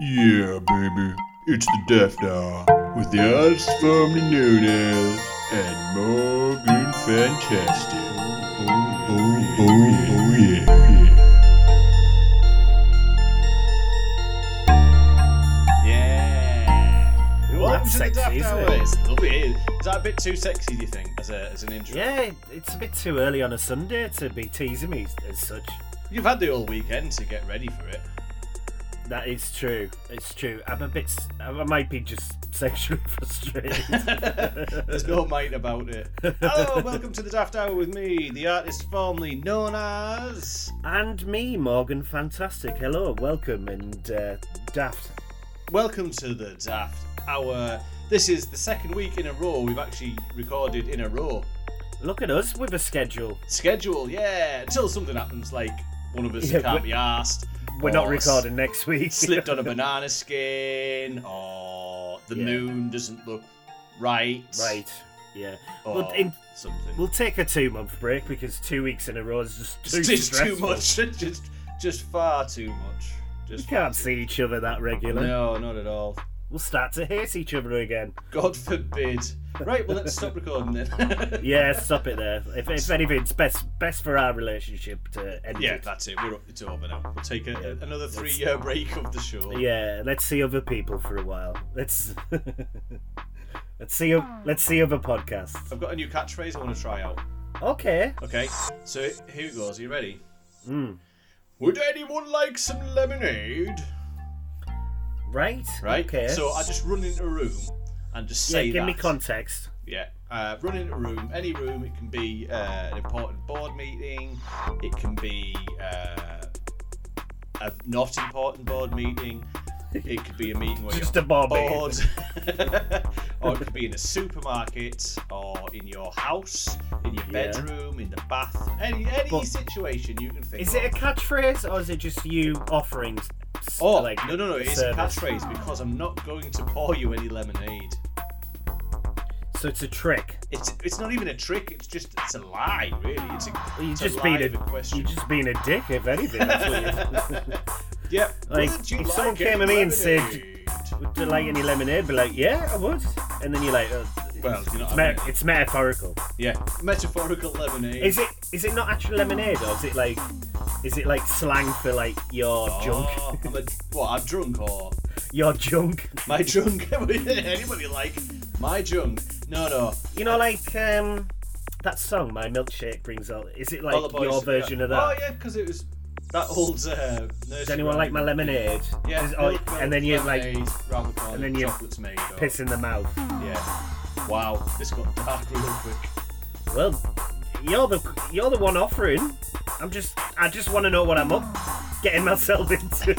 Yeah, baby. It's the Death Hour with the artist formerly known as and Morgan Fantastic. Oh, oh, oh, oh, yeah. yeah. Yeah. Ooh, Welcome that's to the sexy, Daft isn't Hour. it? It's lovely. Is that a bit too sexy, do you think, as, a, as an intro? Yeah, it's a bit too early on a Sunday to be teasing me as such. You've had the all weekend to get ready for it. That is true. It's true. I'm a bit. s- I might be just sexually frustrated. There's no might about it. Hello, welcome to the Daft Hour with me, the artist formerly known as. and me, Morgan Fantastic. Hello, welcome, and uh, Daft. Welcome to the Daft Hour. This is the second week in a row we've actually recorded in a row. Look at us with a schedule. Schedule, yeah. Until something happens, like one of us Yeah, can't we- be asked. We're not recording next week. slipped on a banana skin, or the Yeah. moon doesn't look right, right. Yeah. or Well, in, something. we'll take a two-month break because two weeks in a row is just too, it's just too stressful. much, just just far too much. We Just far can't too- see eh? each other that regularly. Oh, No, not at all. We'll start to hate each other again. God forbid. Right, well let's stop recording then. Yeah, stop it there. If, if anything, it's best best for our relationship to end. Yeah, it. that's it. We're up. It's over now. We'll take a, another three-year break of the show. yeah. Let's see other people for a while. Let's let's see o- let's see other podcasts. I've got a new catchphrase I want to try out. Okay. Okay, so here goes. Are you ready? Mm. Would anyone like some lemonade? Right. right? Okay. So I just run into a room and just yeah, say give me that. context. Yeah, uh, run into a room, any room. It can be uh, an important board meeting. It can be uh, a not important board meeting. It could be a meeting where Just you're a board bored, or it could be in a supermarket, or in your house, in your Yeah. bedroom, in the bath. Any any But- situation you can think. Is it a of. catchphrase or is it just you offering? s- Oh like no no no! It's a service? catchphrase because I'm not going to pour you any lemonade. So it's a trick. It's it's not even a trick. It's just it's a lie, really. It's a, You're it's just a lie being of a a question. you're just being a dick. If anything, that's what you're. Yep. Like, Wouldn't you if someone like came it? to me and said- Lemonade. Would you like any lemonade? Be like, yeah, I would. And then you're like, oh, Well, you know it's, what I me- mean. it's metaphorical. "Yeah, metaphorical lemonade." Is it is it not actual lemonade or is it like is it like slang for like your Oh, junk? I'm a, what? I'm drunk or Your junk. my junk? Anybody like my junk? No, no. You know, like um that song my milkshake brings out. Is it like All the boys- your version of Oh that? yeah, because it was that old. Uh, Does anyone like my lemonade? Yeah. Is- oh, milk, and then milk, you're like lemonade, round the corner, and then you chocolate's made. Or, piss in the mouth. Yeah. Wow, this got dark real quick. Well, you're the you're the one offering. I'm just I just want to know what I'm up getting myself into.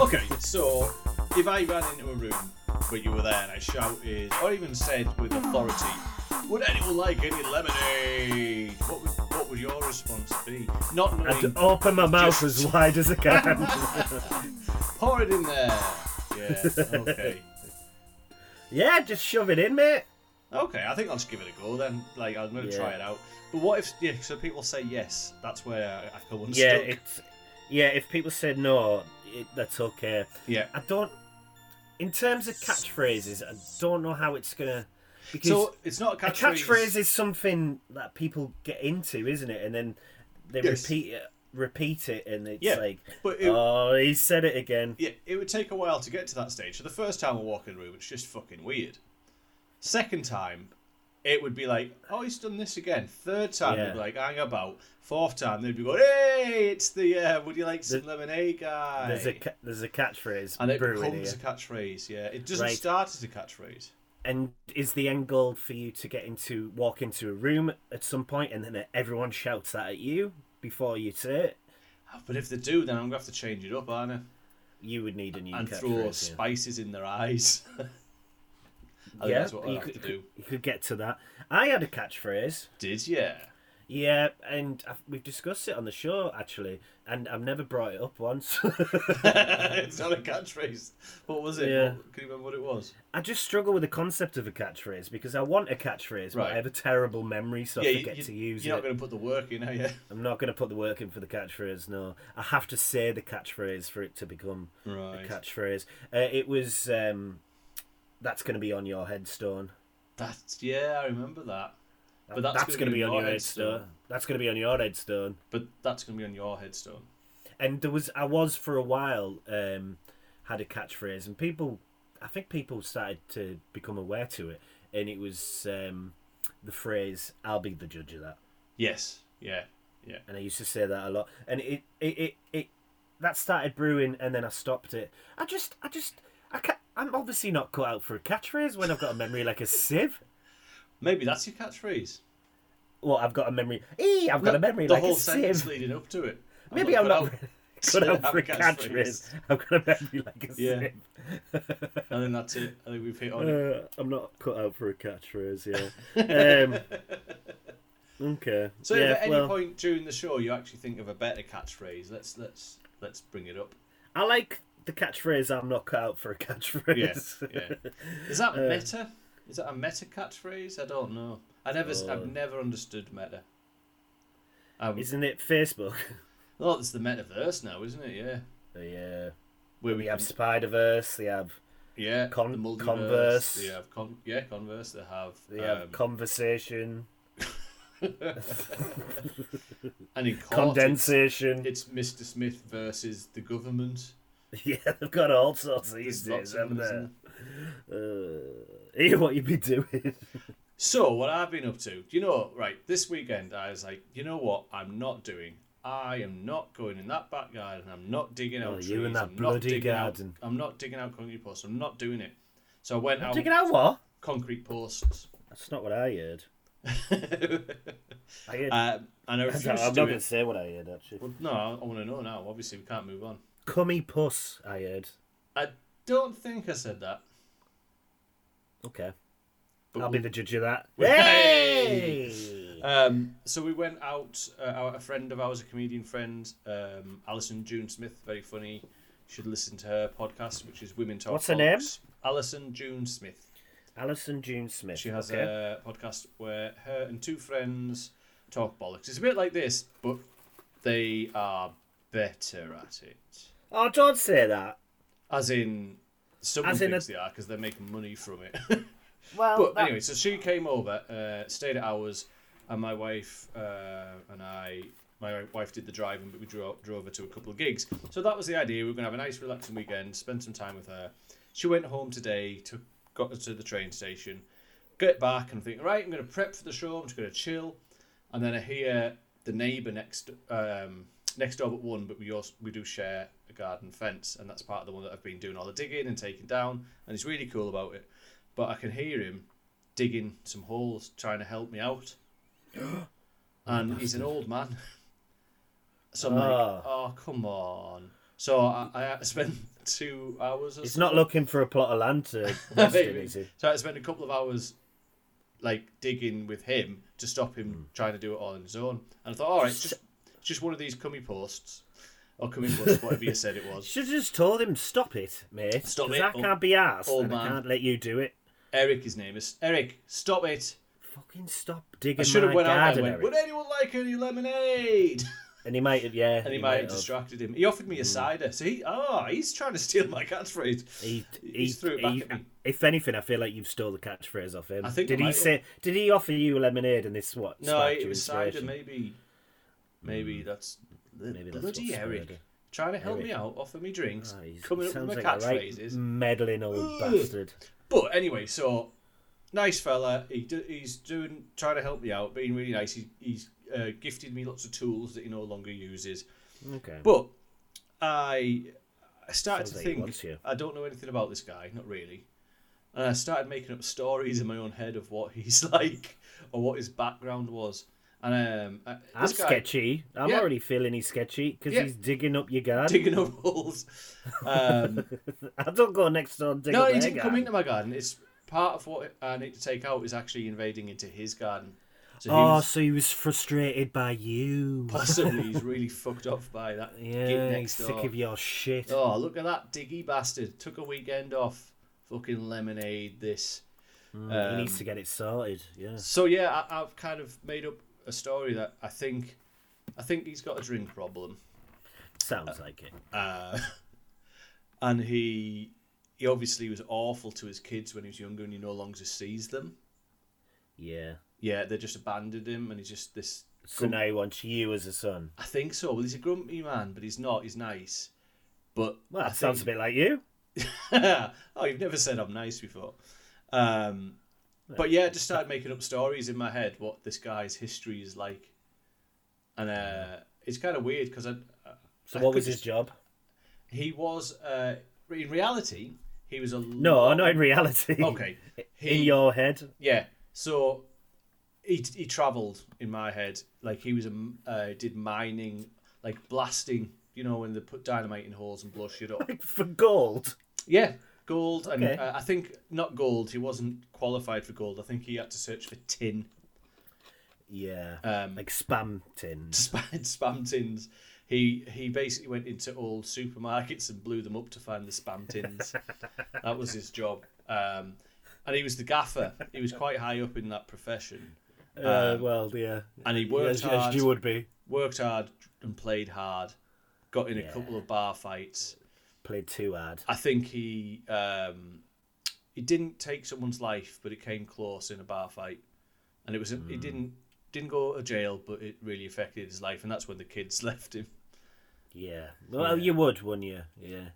Okay, so if I ran into a room where you were there and I shouted, or even said with authority, "Would anyone like any lemonade?" What would what would your response be? Not knowing, I'd "Oh." open my mouth Just- as wide as I can. pour it in there. Yeah. Okay. yeah, just shove it in, mate. okay. I think I'll just give it a go then. Like I'm gonna Yeah. try it out. But what if? Yeah. So people say yes. That's where I, I feel unstuck. Yeah, it's yeah. If people said no, it, that's okay. yeah. I don't. In terms of catchphrases, I don't know how it's gonna. Because So it's not a a catchphrase. catchphrase is something that people get into, isn't it? And then they Yes. repeat it, repeat it, and it's Yeah, like, but it- oh, he said it again. Yeah, it would take a while to get to that stage. So the first time I walk in the room, it's just fucking weird. Second time, it would be like, oh, he's done this again. Third time, Yeah. they'd be like, hang about. Fourth time, they'd be going, hey, it's the, uh, would you like some lemonade guy? There's a ca- there's a catchphrase and it brewing becomes here. a catchphrase, yeah. It doesn't Right. start as a catchphrase. And is the end goal for you to get into walk into a room at some point, and then everyone shouts that at you before you say it? Oh, But if they do, then I'm going to have to change it up, aren't I? You would need a new And throw catchphrase. yeah. spices in their eyes. I think yeah, that's what I you have could, to could- do. you could get to that. I had a catchphrase. Did you? Yeah, and I've, we've discussed it on the show actually, and I've never brought it up once. it's not a catchphrase. What was it? Yeah. What- can you remember what it was? I just struggle with the concept of a catchphrase because I want a catchphrase, but Right. I have a terrible memory, so I forget to use you're it. not going to put the work in, are you? I'm not going to put the work in for the catchphrase. No, I have to say the catchphrase for it to become Right. a catchphrase. Uh, it was um, that's going to be on your headstone. That's yeah, I remember that. But that's, that's, going gonna to be on your headstone. That's going to be on your headstone. But that's going to be on your headstone. And there was I was for a while um, had a catchphrase, and people, I think people started to become aware to it, and it was um, the phrase "I'll be the judge of that," Yes. Yeah. Yeah. and I used to say that a lot, and it it it, it that started brewing, and then I stopped it. I just I just I ca I'm obviously not cut out for a catchphrase when I've got a memory like a sieve. Maybe that's your catchphrase. Well, I've got a memory. Ee, I've got a memory the like whole a sieve. sentence leading up to it. I'm Maybe I'm not cut out. cut Have out for a a catchphrase. I've got a memory like a Yeah. sieve. I think that's it. I think we've hit on it. Uh, I'm not cut out for a catchphrase, yeah. um, okay. So yeah, if at any well, point during the show you actually think of a better catchphrase, let's let's let's bring it up. I like the catchphrase "I'm not cut out for a catchphrase." Yes. yeah. Is that Uh, meta? Is that a meta catchphrase? I don't know. I never s Oh. I've never understood meta. Um, Isn't it Facebook? oh, it's the metaverse now, isn't it? Yeah. Yeah. Where uh, We have Spider Verse. They have yeah Con- the multiverse, Converse. They have con- yeah Converse. They have, they have um, conversation, and in court, condensation. It's, it's Mr. Smith versus the government. yeah, they've got all sorts these There's lots days, of haven't them, isn't they? there? Uh, hear what you be doing. So what I've been up to, you know, right? This weekend I was like, you know what? I'm not doing. I am not going in that back garden. I'm not digging out Oh, trees. you and that I'm bloody not digging out- garden. I'm not digging out concrete posts. I'm not doing it. So I went out Digging out what? concrete posts. That's not what I heard. I heard. um, and I I'm refused not to do gonna it. say what I heard actually. Well, no, I, I want to know now. Obviously, we can't move on. Cummy puss. I heard. I don't think I said that. Okay. But I'll be the judge of that. Hey! Hey! Um, so we went out. Uh, our, a friend of ours, a comedian friend, um, Alison June Smith, very funny. You should listen to her podcast, which is Women Talk. What's her Bollocks. Alison June Smith. Alison June Smith. She has okay. a podcast where her and two friends talk bollocks. It's a bit like this, but they are better at it. Oh, don't say that. As in, someone As in a- thinks they are because they're making money from it. Well, But that- anyway, so she came over, uh, stayed at ours, and my wife uh, and I, my wife did the driving, but we drove, drove her to a couple of gigs. So that was the idea. We were going to have a nice, relaxing weekend, spend some time with her. She went home today, took, got her to the train station, get back, and think, right, I'm going to prep for the show, I'm just going to chill. And then I hear the neighbour next um, next door but one, but we also we do share a garden fence, and that's part of the one that I've been doing all the digging and taking down, and he's really cool about it. But I can hear him digging some holes, trying to help me out. and he's an old man. So I'm like, Ah. oh come on. So I, I spent two hours. Or he's so- not looking for a plot of land to rest in, Maybe. is he? So I spent a couple of hours like digging with him to stop Hmm. him trying to do it all on his own. And I thought, all right, it's just, it's just one of these cummy posts or cummy posts, whatever you said it was. Should have just told him, stop it, mate. Stop 'cause it, I old- can't be arsed. old and I man." can't let you do it. Eric, his name is Eric. Stop it! Fucking stop I digging should have my went out garden, and went. Eric. Would anyone like any lemonade? And he might have, yeah. And he might have have. Hmm. distracted him. He offered me a cider. So he, oh, he's trying to steal my catchphrase. He, he, He's threw it back he- at me. If anything, I feel like you've stole the catchphrase off him. I think I did he might have. say? Did he offer you lemonade and this what? No, sparked it your was cider. inspiration? Maybe, maybe that's Hmm. Maybe that's bloody what spurred Eric it. trying to help me Eric. out, offer me drinks, Ah, he's- coming up with sounds my like a right catchphrases. meddling old bastard. But anyway, so nice fella. He do, he's doing trying to help me out, being really nice. He, he's uh, gifted me lots of tools that he no longer uses. Okay. But I I started Sounds to like he wants think you. I don't know anything about this guy, not really. And I started making up stories in my own head of what he's like or what his background was. And um, I- I'm this guy sketchy. I'm Yeah. already feeling he's sketchy because Yeah. he's digging up your garden. digging up holes. Um, I don't go next door and dig no, up he their didn't come garden. into my garden. It's part of what I need to take out is actually invading into his garden. So he Oh, was- so he was frustrated by you. possibly he's really fucked off by that git Yeah, he's next door. sick of your shit. Oh, look at that diggy bastard. Took a weekend off. Fucking lemonade this. Mm, he um, needs to get it sorted. Yeah. So yeah, I, I've kind of made up a story that I think, I think he's got a drink problem, Sounds like it. uh, and he he obviously was awful to his kids when he was younger, and he no longer sees them. Yeah. Yeah, they just abandoned him, and he's just this. So now he wants you as a son. I think so. Well, he's a grumpy man, but he's not. He's nice, but Well, I that sounds a think- bit like you. oh, you've never said I'm nice before. Um, but yeah, I just started making up stories in my head what this guy's history is like, and uh, it's kind of weird because I, So I what could was his just- job? he was uh, in reality he was a No, lot- not in reality. okay he In your head. yeah so he he travelled in my head like he was a m- uh, did mining like blasting you know when they put dynamite in holes and blow shit up For gold. Yeah, gold, Okay. and uh, I think not gold. He wasn't qualified for gold. I think he had to search for tin, Yeah. um, like spam tins. spam, spam tins. He he basically went into old supermarkets and blew them up to find the spam tins. that was his job, um, and he was the gaffer. He was quite high up in that profession, uh, well, yeah. and he um, worked As, hard. as you would be. Worked hard and played hard. Got in a Yeah. couple of bar fights. Played too hard. I think he um, he didn't take someone's life, but it came close in a bar fight, and it was Hmm. it didn't didn't go to jail, but it really affected his life, and that's when the kids left him. Yeah. Well, you would, wouldn't you? Yeah.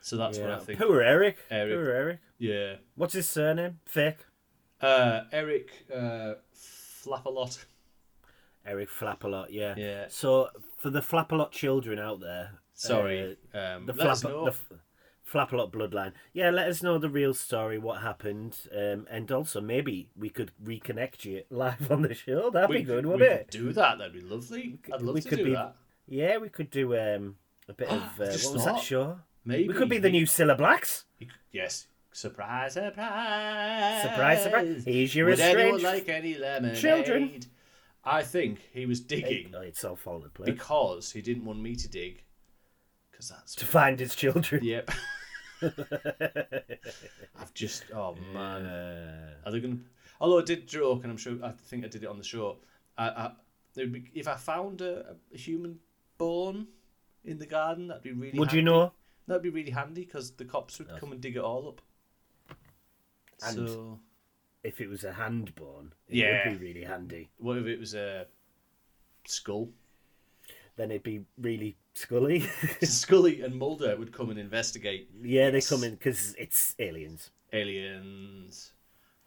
So that's yeah. what I think. Poor Eric. Eric. Poor Eric. Yeah, What's his surname? Fake. uh, Eric uh, Flapalot. Eric Flapalot. Yeah. Yeah. So for the Flapalot children out there. Sorry, uh, um, the let us flap, know. the f- Flapalot bloodline. Yeah, let us know the real story, what happened, um, and also maybe we could reconnect you live on the show. That'd we be good, could- wouldn't we it? could do that. That'd be lovely. I'd love we to could do be- that. Yeah, we could do um, a bit of uh, what Just was that thought. show? Maybe We could be the he- new Cilla Blacks. he could- yes. Surprise! Surprise! Surprise, surprise! Here's your Would anyone estranged. like any lemonade? children. I think he was digging Oh, it's all falling into place. because he didn't want me to dig. Because that's to find his children. yep. I've just oh man, Uh, are they gonna? Although I did joke, and I'm sure I think I did it on the show. I, I there'd be, if I found a, a human bone in the garden, that'd be really. would you handy. know? That'd be really handy because the cops would come and dig it all up. And- so If it was a handborn, it Yeah. would be really handy. what if it was a skull? Then it'd be really Scully. Scully and Mulder would come and investigate yeah, they come in because it's aliens. aliens.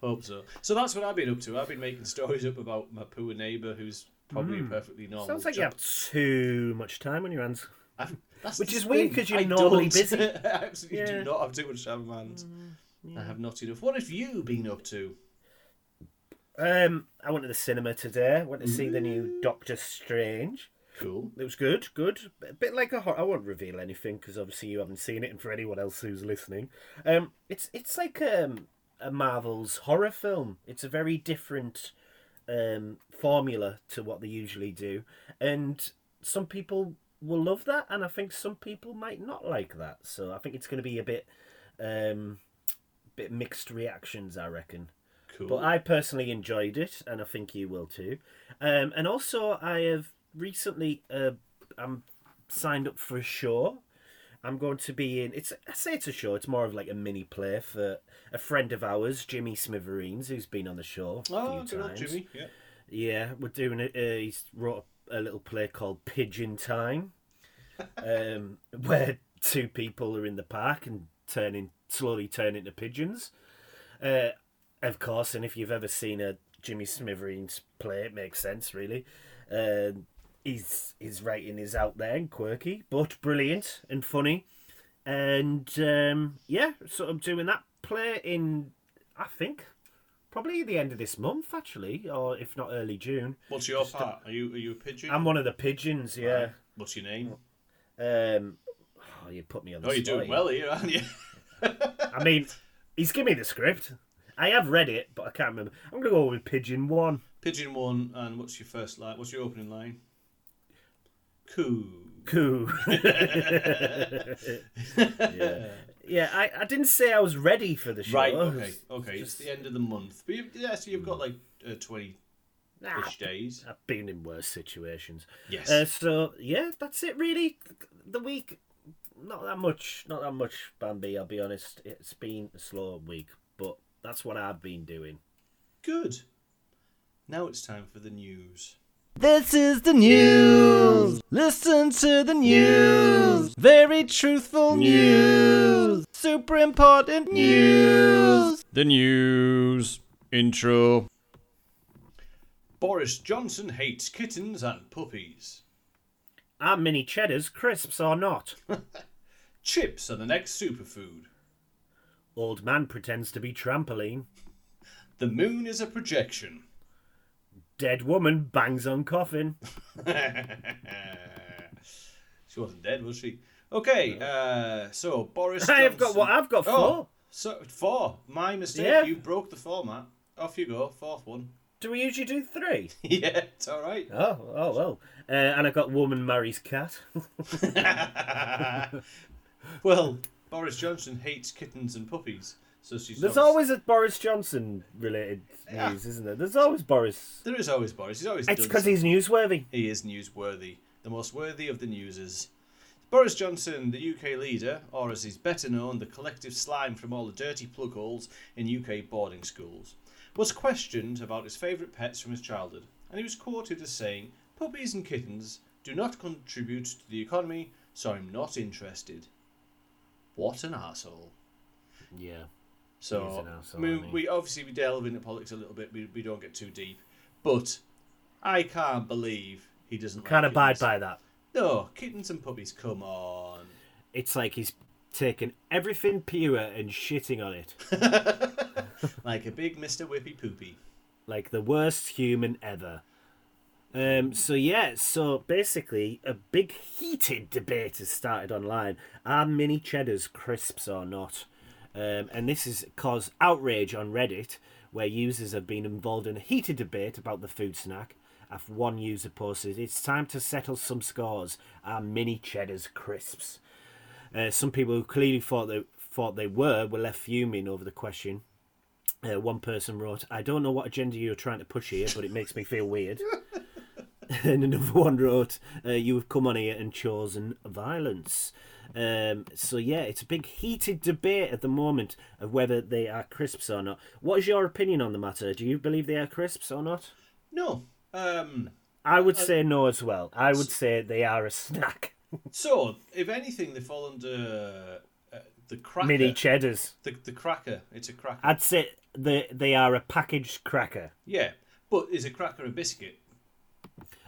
Hope so. So that's what I've been up to. I've been making stories up about my poor neighbour who's probably a perfectly normal. Hmm. Sounds like you have too much time on your hands. I've- that's Which the is weird thing. 'cause you're I normally don't. busy. I absolutely Yeah. Mm, do not have too much time on my hands. I have not enough. What have you been up to? Um, I went to the cinema today. Went to see the Mm. new Doctor Strange. Cool. It was good, good. A bit like a horror. I won't reveal anything because obviously you haven't seen it, and for anyone else who's listening, um, it's it's like um, a Marvel's horror film. It's a very different um, formula to what they usually do, and some people will love that, and I think some people might not like that. So I think it's going to be a bit, um, bit mixed reactions. I reckon. Cool. But I personally enjoyed it, and I think you will too. Um, and also, I have recently uh, I'm signed up for a show. I'm going to be in. It's I say it's a show. It's more of like a mini play for a friend of ours, Jimmy Smithereens, who's been on the show a oh, few good old times. Jimmy. Yeah. Yeah, we're doing it. Uh, he's wrote a, a little play called Pigeon Time, um, where two people are in the park and turning slowly turn into pigeons. Uh, of course, and if you've ever seen a Jimmy Smithereens play, it makes sense, really. Um, his his writing is out there and quirky, but brilliant and funny. And um, yeah, so I'm doing that play in, I think, probably the end of this month actually, or if not early June. What's your part? Are you are you a pigeon? I'm one Oh, of the pigeons, yeah. What's your name? Um, oh, you put me on. The Oh, you're spot doing here. well here, aren't you? I mean, he's given me the script. I have read it, but I can't remember. I'm gonna go with Pigeon One. Pigeon one, and what's your first line? What's your opening line? Coo. Cool. yeah, yeah. I, I didn't say I was ready for the show. Right. I Okay. was Okay. It's just- the end of the month. But you, yeah, so you've got like uh, twenty-ish Nah, days. I've been in worse situations. Yes. Uh, so yeah, that's it really. The week, not that much, not that much, Bambi. I'll be honest. It's been a slow week, but that's what I've been doing. Good. Now it's time for the news. This is the news. Listen to the news. Very truthful news. Super important news. The news. Intro. Boris Johnson hates kittens and puppies. Are mini cheddars crisps or not? Chips are the next superfood. Old man pretends to be trampoline. The moon is a projection. Dead woman bangs on coffin. she wasn't dead, was she? Okay, uh, so Boris. I have got Johnson- what I've got Oh, four. so four. My mistake. Yeah. You broke the format. Off you go. Fourth one. Do we usually do three? yeah, it's all right. Oh, oh well. Uh, and I got woman marries cat. well, Boris Johnson hates kittens and puppies, so she's. There's not- always a Boris Johnson related news, isn't there? There's always Boris. There is always Boris. He's always. It's done because he's newsworthy. He is newsworthy, the most worthy of the newsers. Boris Johnson, the UK leader, or as he's better known, the collective slime from all the dirty plug holes in UK boarding schools, was questioned about his favourite pets from his childhood, and he was quoted as saying, Puppies and kittens do not contribute to the economy, so I'm not interested. What an arsehole. Yeah. He's So, an arsehole, I mean, isn't he? we obviously we delve into politics a little bit, we, we don't get too deep, but I can't believe he doesn't like Can't abide kittens. by that. No, kittens and puppies, come on. It's like he's taken everything pure and shitting on it. Like a big Mr. Whippy Poopy. like the worst human ever. Um, so yeah, so basically, a big heated debate has started online: are mini cheddars crisps or not? Um, and this has caused outrage on Reddit, where users have been involved in a heated debate about the food snack. After one user posted, "It's time to settle some scores. Are mini cheddars crisps?" Uh, some people who clearly thought they thought they were were left fuming over the question. Uh, one person wrote, "I don't know what agenda you're trying to push here, but it makes me feel weird." and another one wrote, uh, "You have come on here and chosen violence." Um, so yeah, it's a big heated debate at the moment of whether they are crisps or not. What is your opinion on the matter? Do you believe they are crisps or not? No. Um, I would say no as well. I would say they are a snack. so, if anything, they fall under uh, the cracker. Mini cheddars. the, the cracker. It's a cracker. I'd say they they are a packaged cracker. yeah. But is a cracker a biscuit?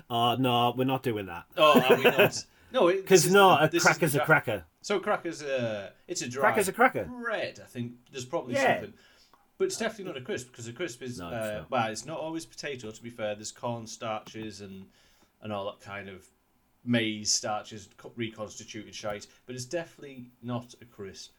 Oh no, we're not doing that. Oh, are we not? No, it- this Because is no, the- a this is cracker's the a cra- cracker. So cracker's a it's a dry Hmm. Cracker's a cracker. bread. I think there's probably Yeah. something, but it's definitely not a crisp because a crisp is No, it's uh, not. well, it's not always potato. To be fair, there's corn starches and and all that kind of maize starches co- reconstituted shite, but it's definitely not a crisp.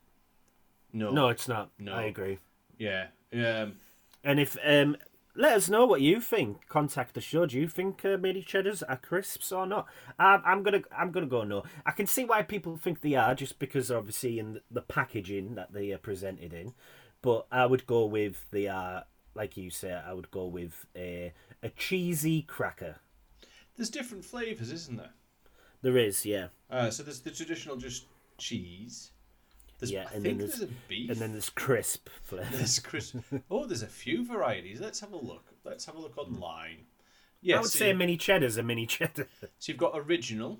No, No, it's not. Oh. No. I agree. yeah, um, And if um, let us know what you think. Contact the show. Do you think uh, mini cheddars are crisps or not? Um, I'm gonna I'm gonna go no. I can see why people think they are, just because obviously in the packaging that they are presented in. But I would go with they are like you say. I would go with a a cheesy cracker. there's different flavors, isn't there? There is yeah, Uh, so there's the traditional just cheese. There's, Yeah, I and then think there's- there's a beef. and then there's crisp flavour. There's Chris. Oh, there's a few varieties. Let's have a look. Let's have a look online. I Yeah, would so, say you, mini cheddars are mini cheddar. so you've got original,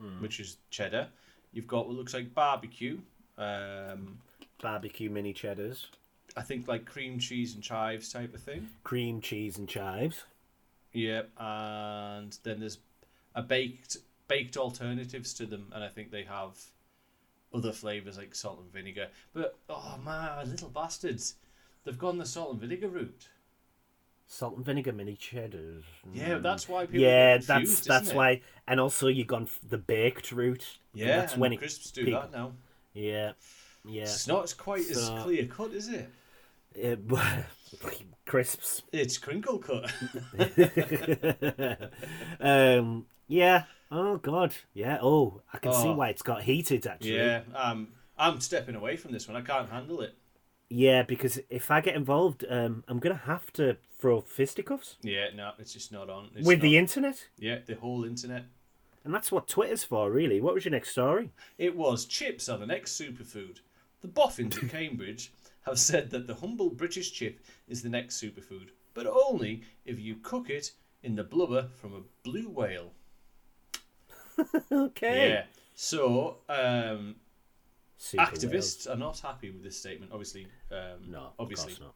Hmm. which is cheddar. You've got what looks like barbecue. Um, Barbecue mini cheddars, I think like cream cheese and chives type of thing. cream cheese and chives. Yep. And then there's a baked baked alternatives to them, and I think they have other flavors like salt and vinegar. But oh man, little bastards, they've gone the salt and vinegar route. Salt and vinegar mini cheddars. Mm. Yeah, that's why people. Hmm. yeah, get that's confused, that's isn't it? why. And also, you've gone f- the baked route. and Yeah, that's and when the it. crisps do people- that now. Yeah, yeah. It's not as quite as So- clear cut, is it? Uh, crisps. It's crinkle cut. um, yeah. Oh God. Yeah. Oh, I can see Oh. why it's got heated. Actually. yeah, um, I'm stepping away from this one. I can't handle it. Yeah, because if I get involved, um, I'm gonna have to throw fisticuffs Yeah, no, it's just not on. It's with not- the internet, yeah, the whole internet. and that's what Twitter's for, really. What was your next story? It was chips are the next superfood. The boffins at Cambridge have said that the humble British chip is the next superfood, but only if you cook it in the blubber from a blue whale. Okay. Yeah. So um, Super activists are not happy with this statement. Obviously. Um, Wales. No, Obviously. of course not.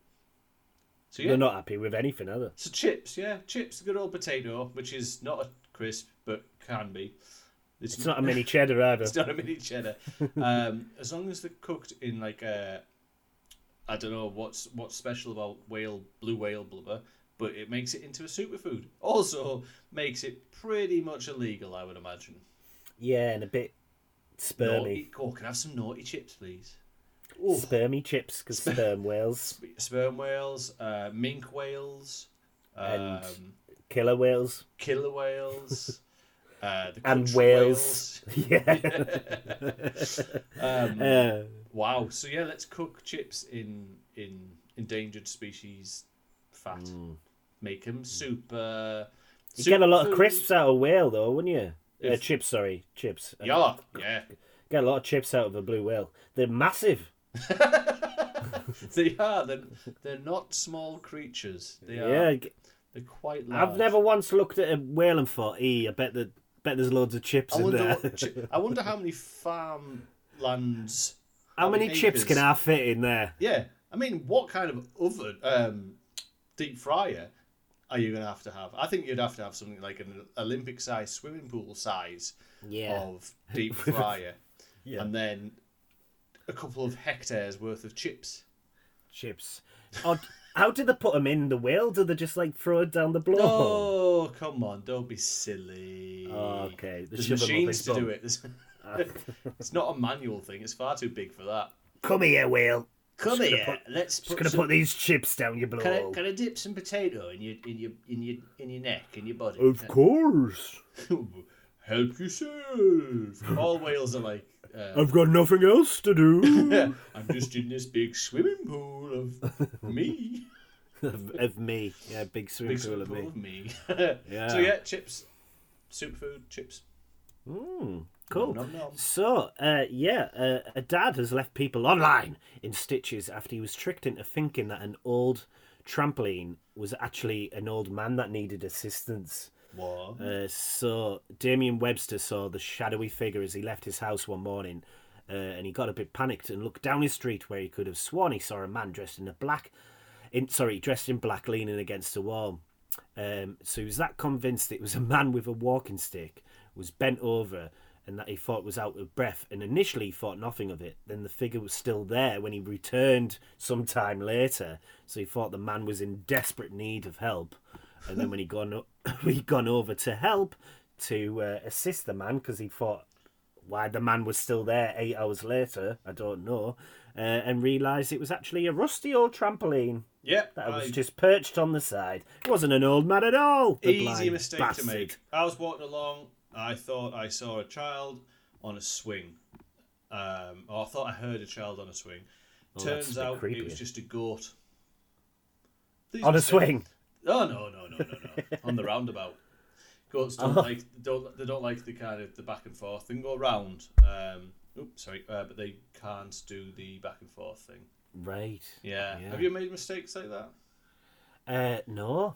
So yeah. They're not happy with anything either. So chips, yeah, chips, good old potato, which is not a crisp but can be. It's not a mini cheddar either. It's not a mini cheddar. Um, as long as they're cooked in like a, I don't know what's what's special about whale blue whale blubber, but it makes it into a superfood. Also makes it pretty much illegal, I would imagine. Yeah, and a bit spermy, Naughty, oh, can I have some naughty chips, please? Oh, spermy chips because sperm whales, sperm whales, uh, mink whales, um, And- killer whales. killer whales, uh, the And country whales. Yeah. Um, Uh, Wow. So yeah, let's cook chips in in endangered species fat. Make 'em Make them super. Mm. you get a lot of superfood. crisps out of whale, though, wouldn't you? Uh, If- chips, sorry, chips. Uh, Yeah, yeah. Get a lot of chips out of a blue whale. They're massive. They are. They're, they're not small creatures. They are. Yeah, g- They're quite large. I've never once looked at a whale and thought, "E, I bet that bet there's loads of chips I in wonder. there." What, chi- I wonder how many farm lands. How many chips acres- can I fit in there? Yeah. I mean, what kind of oven um, deep fryer are you gonna have to have? I think you'd have to have something like an Olympic size swimming pool size Yeah, of deep fryer, Yeah. and then a couple of hectares worth of chips. chips. Or, how do they put them in the whale? Do they just like throw it down the blowhole? Oh, come on! Don't be silly. Oh, okay. They There's shove 'em up machines his to do bum. it. There's- it's not a manual thing. It's far too big for that. Come here, whale. Come Just gonna here. put- Let's Just put, Oh. gonna some, put these chips down your can, I, blowhole. can I dip some potato in your in your in your in your neck in your body? Of course. Help yourself. All whales are like. Uh, I've got nothing else to do I'm just in this big swimming pool of me. of, of me. Yeah, big swimming Big pool of spoonful me. of me. Yeah. So yeah, chips, superfood chips. Mm, cool. Nom, nom, nom. So, uh, yeah, uh, a dad has left people online in stitches after he was tricked into thinking that an old trampoline was actually an old man that needed assistance. What? Uh, so, Damien Webster saw the shadowy figure as he left his house one morning. Uh, and he got a bit panicked and looked down his street where he could have sworn he saw a man dressed in a black, in sorry, dressed in black, leaning against a wall. Um, so he was that convinced it was a man with a walking stick was bent over and that he thought was out of breath. And initially he thought nothing of it. Then the figure was still there when he returned sometime later. So he thought the man was in desperate need of help. And then when he gone o- he gone over to help to uh, assist the man because he thought why the man was still there eight hours later, I don't know, uh, and realised it was actually a rusty old trampoline Yep. that was I- just perched on the side. It wasn't an old man at all. the easy blind mistake bastard. to make. I was walking along. I thought I saw a child on a swing. Um, or I thought I heard a child on a swing. that's Turns a bit out it was creepier. just a goat. These On a mistakes- swing. Oh no no no no no! on the roundabout. Goats Oh. don't like don't they don't like the kind of the back and forth. They can go round. Um, oops, sorry, uh, but they can't do the back and forth thing. Right. Yeah. Yeah. Have you made mistakes like that? Uh, no.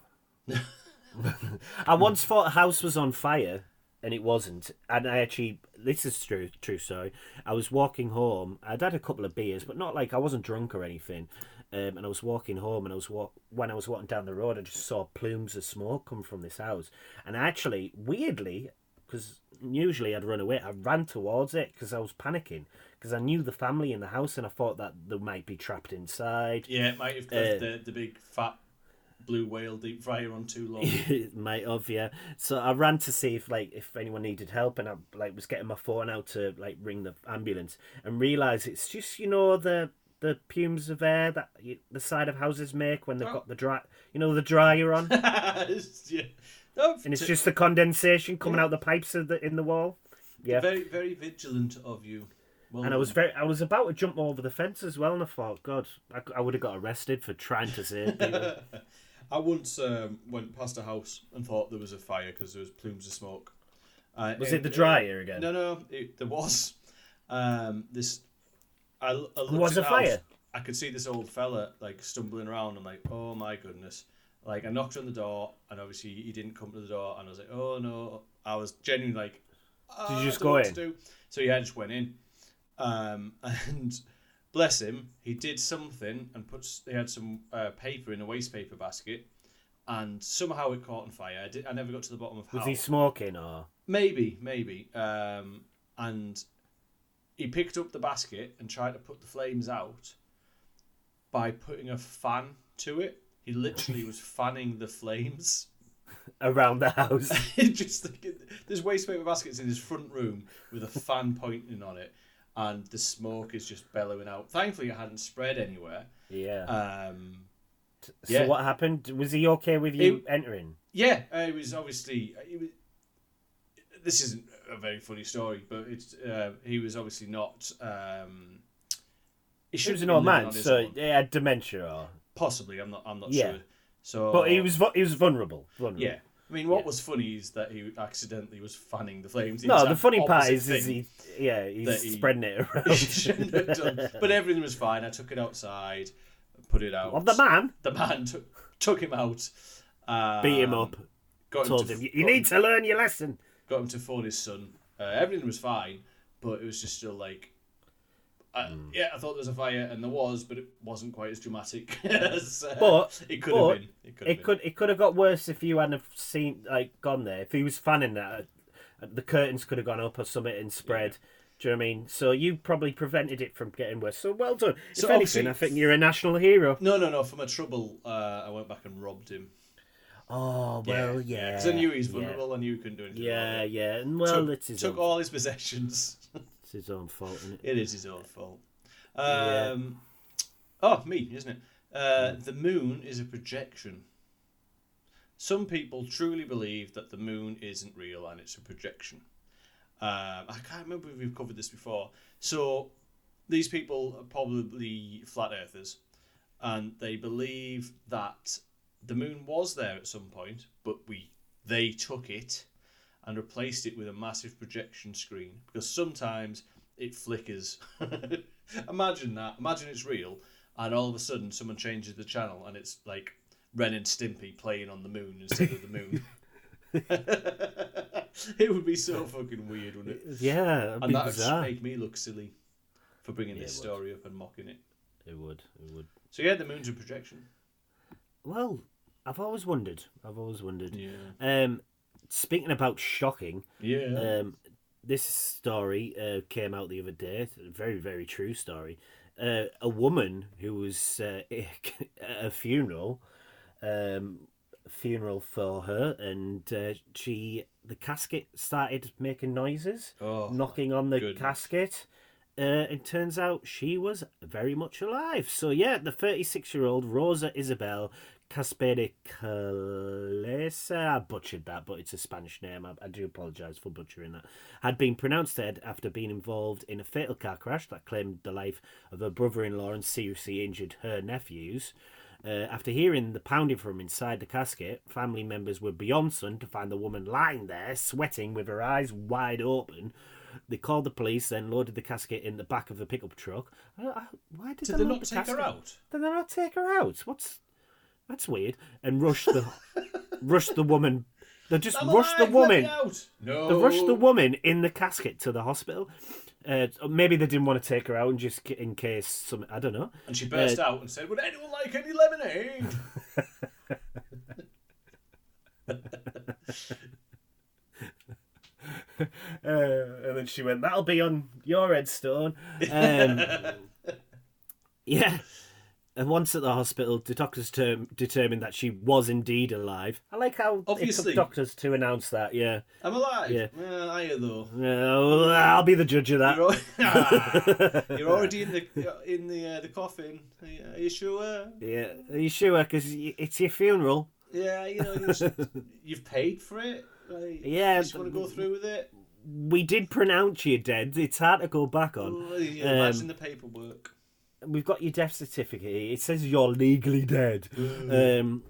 I once thought a house was on fire, and it wasn't. And I actually, this is true, true story. I was walking home. I'd had a couple of beers, but not like I wasn't drunk or anything. Um, and I was walking home, and I was walk when I was walking down the road, I just saw plumes of smoke come from this house. And actually, weirdly, because usually I'd run away, I ran towards it because I was panicking because I knew the family in the house, and I thought that they might be trapped inside. Yeah, it might have left Um, the the big fat blue whale deep fryer on too long. It might have yeah so i ran to see if like if anyone needed help and i like was getting my phone out to like ring the ambulance and realize it's just you know the the fumes of air that you, the side of houses make Oh. when they've got the dry, you know, the dryer on, It's- yeah. No, and it's t- just the condensation coming out the pipes of the in the wall. Yeah, very, very vigilant of you. Well, and I was very, I was about to jump over the fence as well, and I thought, God, I, would have got arrested for trying to save people. I once um, went past a house and thought there was a fire because there was plumes of smoke. Uh, Was it the dryer again? No, no, it, there was. Um, this, I, l- I looked was at the a house. fire? I could see this old fella like stumbling around. I'm like, oh my goodness. Like I knocked on the door, and obviously he didn't come to the door, and I was like, oh no. I was genuinely like, you "Ah, just I don't know go what to in? do." So yeah, I just went in, um, and bless him, he did something and put. s- He had some uh, paper in a waste paper basket, and somehow it caught on fire. I, did, I never got to the bottom of how. Was he smoking or? Maybe, maybe. Um, and he picked up the basket and tried to put the flames out by putting a fan to it. He literally was fanning the flames. around the house. It just there's waste paper baskets in his front room with a fan pointing on it, and the smoke is just bellowing out. Thankfully, it hadn't spread anywhere. Yeah. Um, so yeah. what happened? Was he okay with you entering? Yeah, uh, it was obviously. It was, this isn't a very funny story, but it's uh, he was obviously not. Um, he He should was have an been old living man, on his so own. he had dementia. Or... possibly. I'm not. I'm not Yeah. sure. So, But he was vu- he was vulnerable. vulnerable. Oh. Yeah, I mean, what Yeah. was funny is that he accidentally was fanning the flames. No, the exact funny part opposite is, is thing. he yeah that he's he- spreading it He shouldn't have around. done. But everything was fine. I took it outside, put it out. of the man, The man took took him out. Um, beat him up, Got told to, him f- you, got you need to learn your lesson. got him to phone his son. Uh, everything was fine, but it was just still like, I, Hmm. yeah, I thought there was a fire, and there was, but it wasn't quite as dramatic as uh, But- it could but have been. It could. have It could it could have got worse if you hadn't have seen like gone there. If he was fanning that, uh, the curtains could have gone up or something and spread. Do you know what I mean? So you probably prevented it from getting worse. So well done. So if anything, obviously- I think you're a national hero. Been. No, no, no. For my trouble, uh, I went back and robbed him. Oh well, yeah. Because I knew he was yeah. vulnerable. I knew he couldn't do anything. Yeah, about it. yeah. And well, took, it's his took own. all his possessions. It's his own fault, isn't it? it is his own fault. Yeah. Um, Oh, me, isn't it? Uh, the moon is a projection. Some people truly believe that the moon isn't real and it's a projection. Um, I can't remember if we've covered this before. So, these people are probably flat earthers, and they believe that the moon was there at some point, but we they took it and replaced it with a massive projection screen because sometimes it flickers. Imagine that. Imagine it's real, and all of a sudden someone changes the channel and it's like Ren and Stimpy playing on the moon instead of the moon. it would be so fucking weird, wouldn't it? Yeah, it'd And be that would just bizarre. make me look silly for bringing this it would. story up and mocking it. It would. It would. So yeah, the moon's a projection. Well, I've always wondered. I've always wondered. Yeah. Um, speaking about shocking, Yeah. um, this story uh, came out the other day. It's a very, very true story. Uh, a woman who was uh, at a funeral, um, funeral for her, and uh, she the casket started making noises, Oh, knocking on the goodness. casket. Uh, it turns out she was very much alive. So yeah, the 36-year-old Rosa Isabel Caspere Calesa, I butchered that, but it's a Spanish name. I, I do apologise for butchering that. Had been pronounced dead after being involved in a fatal car crash that claimed the life of her brother-in-law and seriously injured her nephews. Uh, after hearing the pounding from inside the casket, family members were beyond stunned to find the woman lying there, sweating with her eyes wide open. They called the police, then loaded the casket in the back of a pickup truck. I, I, why did, Did they they load not the take her casket? out? Did they not take her out? What's that's weird. And rushed the rushed the woman. They just rushed the woman. No. They rushed the woman in the casket to the hospital. Uh, maybe they didn't want to take her out and just in case some. I don't know. And she burst out and said, "Would anyone like any lemonade?" Uh, and then she went, "That'll be on your headstone." Um, yeah. And once at the hospital, the doctors term, determined that she was indeed alive. I like how Obviously. it took doctors to announce that. Yeah, I'm alive. Yeah. Well, I though. Uh, well, I'll be the judge of that. You're, al- You're already in the in the uh, the coffin. Are you, are you sure? Yeah, are you sure? Because it's your funeral. Yeah, you know, you just- you've paid for it. Like, Yeah, you just but- want to go through with it. We did pronounce you dead. It's hard to go back on. Well, you know, um, Imagine the paperwork. We've got your death certificate. here. It says you're legally dead. um,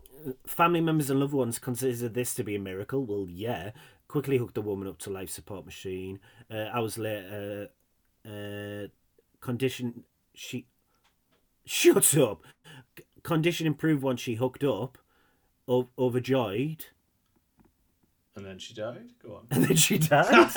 family members and loved ones consider this to be a miracle. Well, yeah. Quickly hooked the woman up to life support machine. Uh, hours later, uh, uh, condition she shut up. C- Condition improved once she hooked up. O- overjoyed, And then she died. Go on. and then she died.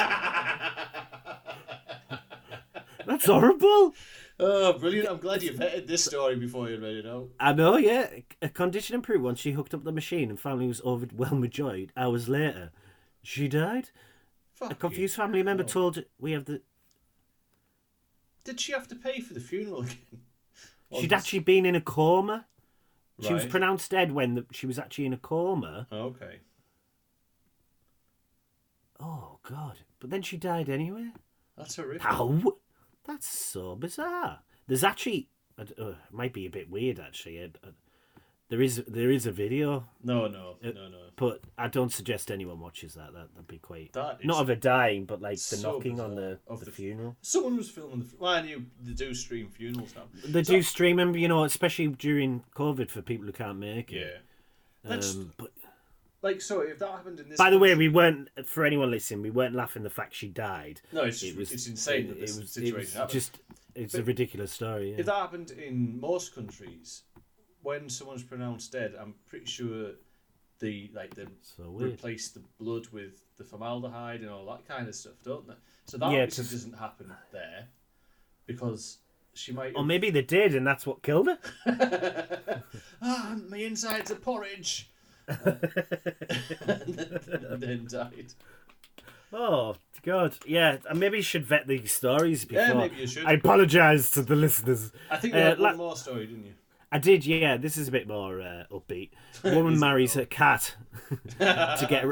That's horrible. Oh, brilliant! I'm glad you vetted this story before you read it out. I know, yeah. A condition improved once she hooked up the machine and family was overwhelmed with joy. Hours later, she died. Fuck A you. Oh. confused family member told we have the. Did she have to pay for the funeral again? She'd actually been in a coma. She was Right. pronounced dead when the, she was actually in a coma. Okay. Oh, God. But then she died anyway. That's horrific. How? That's so bizarre. There's actually. I d- uh, it might be a bit weird, actually. I- I- there is there is a video, No, no, no, no. but I don't suggest anyone watches that. That would be quite That is not of her dying, but like the so knocking on bizarre. the Of the, the- funeral. Someone was filming the. Well, I knew they do stream funerals now. They do stream them, you know, especially during COVID for people who can't make it. Yeah. That's Um, but like so. If that happened in this. by the way, country- we weren't for anyone listening. We weren't laughing the fact she died. no, it's It was it's insane that it- this it was, situation it was happened. just it's a ridiculous story. Yeah. If that happened in most countries, when someone's pronounced dead, I'm pretty sure the like they So weird. replace the blood with the formaldehyde and all that kind of stuff, don't they? So that Yeah, obviously 'cause- doesn't happen there because she might. Or have- maybe they did, and that's what killed her. ah, my insides are porridge. and then died. Oh God, yeah. and Maybe you should vet these stories before. Yeah, maybe you should. I apologise to the listeners. I think Uh, you had la- one more story, didn't you? I did, yeah. This is a bit more uh, upbeat. Woman marries her cat to get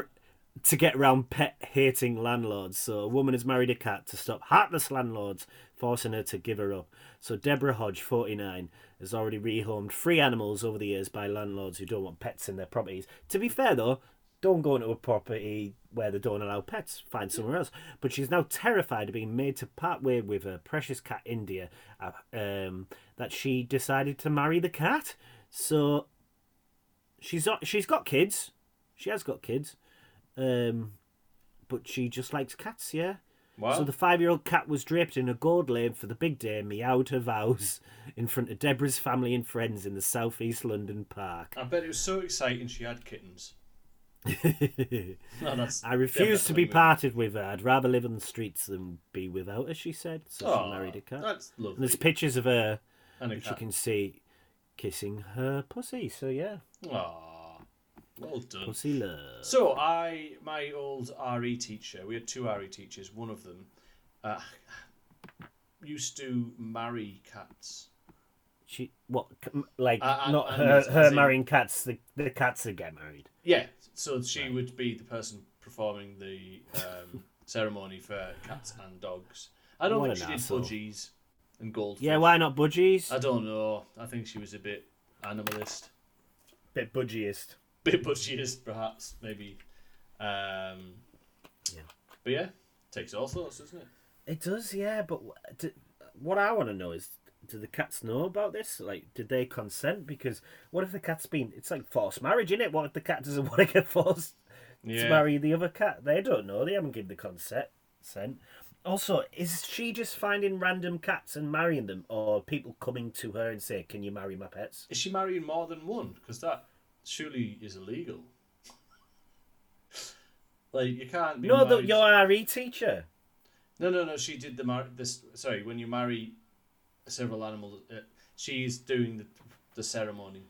to get round pet hating landlords. So a woman has married a cat to stop heartless landlords forcing her to give her up. So Deborah Hodge, forty nine, has already rehomed three animals over the years by landlords who don't want pets in their properties. To be fair though, don't go into a property where they don't allow pets. Find somewhere else. But she's now terrified of being made to part way with her precious cat India. uh, Um, that she decided to marry the cat. So she's not, she's got kids. She has got kids. Um, but she just likes cats, yeah. Wow. So the five-year-old cat was draped in a gold lane for the big day, and meowed her vows in front of Deborah's family and friends in the southeast London park. I bet it was so exciting she had kittens. No, that's I refuse to be definitely- parted with her. I'd rather live on the streets than be without her, she said. So Aw, she married a cat. Oh, That's And there's lovely. pictures of her, And a which you cat. can see, kissing her pussy. So yeah, Aw, well done. pussy love. Hmm. So I, my old RE teacher, we had two RE teachers. One of them uh, used to marry cats. She what? c- m- Like I- I- not I her? understand. Her marrying cats. The the cats that get married. Yeah, so she would be the person performing the um, ceremony for cats and dogs. I don't What think an she asshole. did budgies and goldfish. Yeah, why not budgies? I don't know. I think she was a bit animalist. bit budgiest. bit butchiest, perhaps, maybe. Um, Yeah. But yeah, takes all sorts, doesn't it? It does, yeah. But wh- d what I want to know is, do the cats know about this? Like, did they consent? Because what if the cat's been? It's like forced marriage, isn't it? What if the cat doesn't want to get forced Yeah. to marry the other cat? They don't know. They haven't given the consent. Consent. Also, is she just finding random cats and marrying them, or are people coming to her and say, "Can you marry my pets?" Is she marrying more than one? Because that surely is illegal. like you can't. Be No, the, married- your RE teacher. No, no, no. She did the mar- this. Sorry, when you marry several animals, uh, she's doing the the ceremony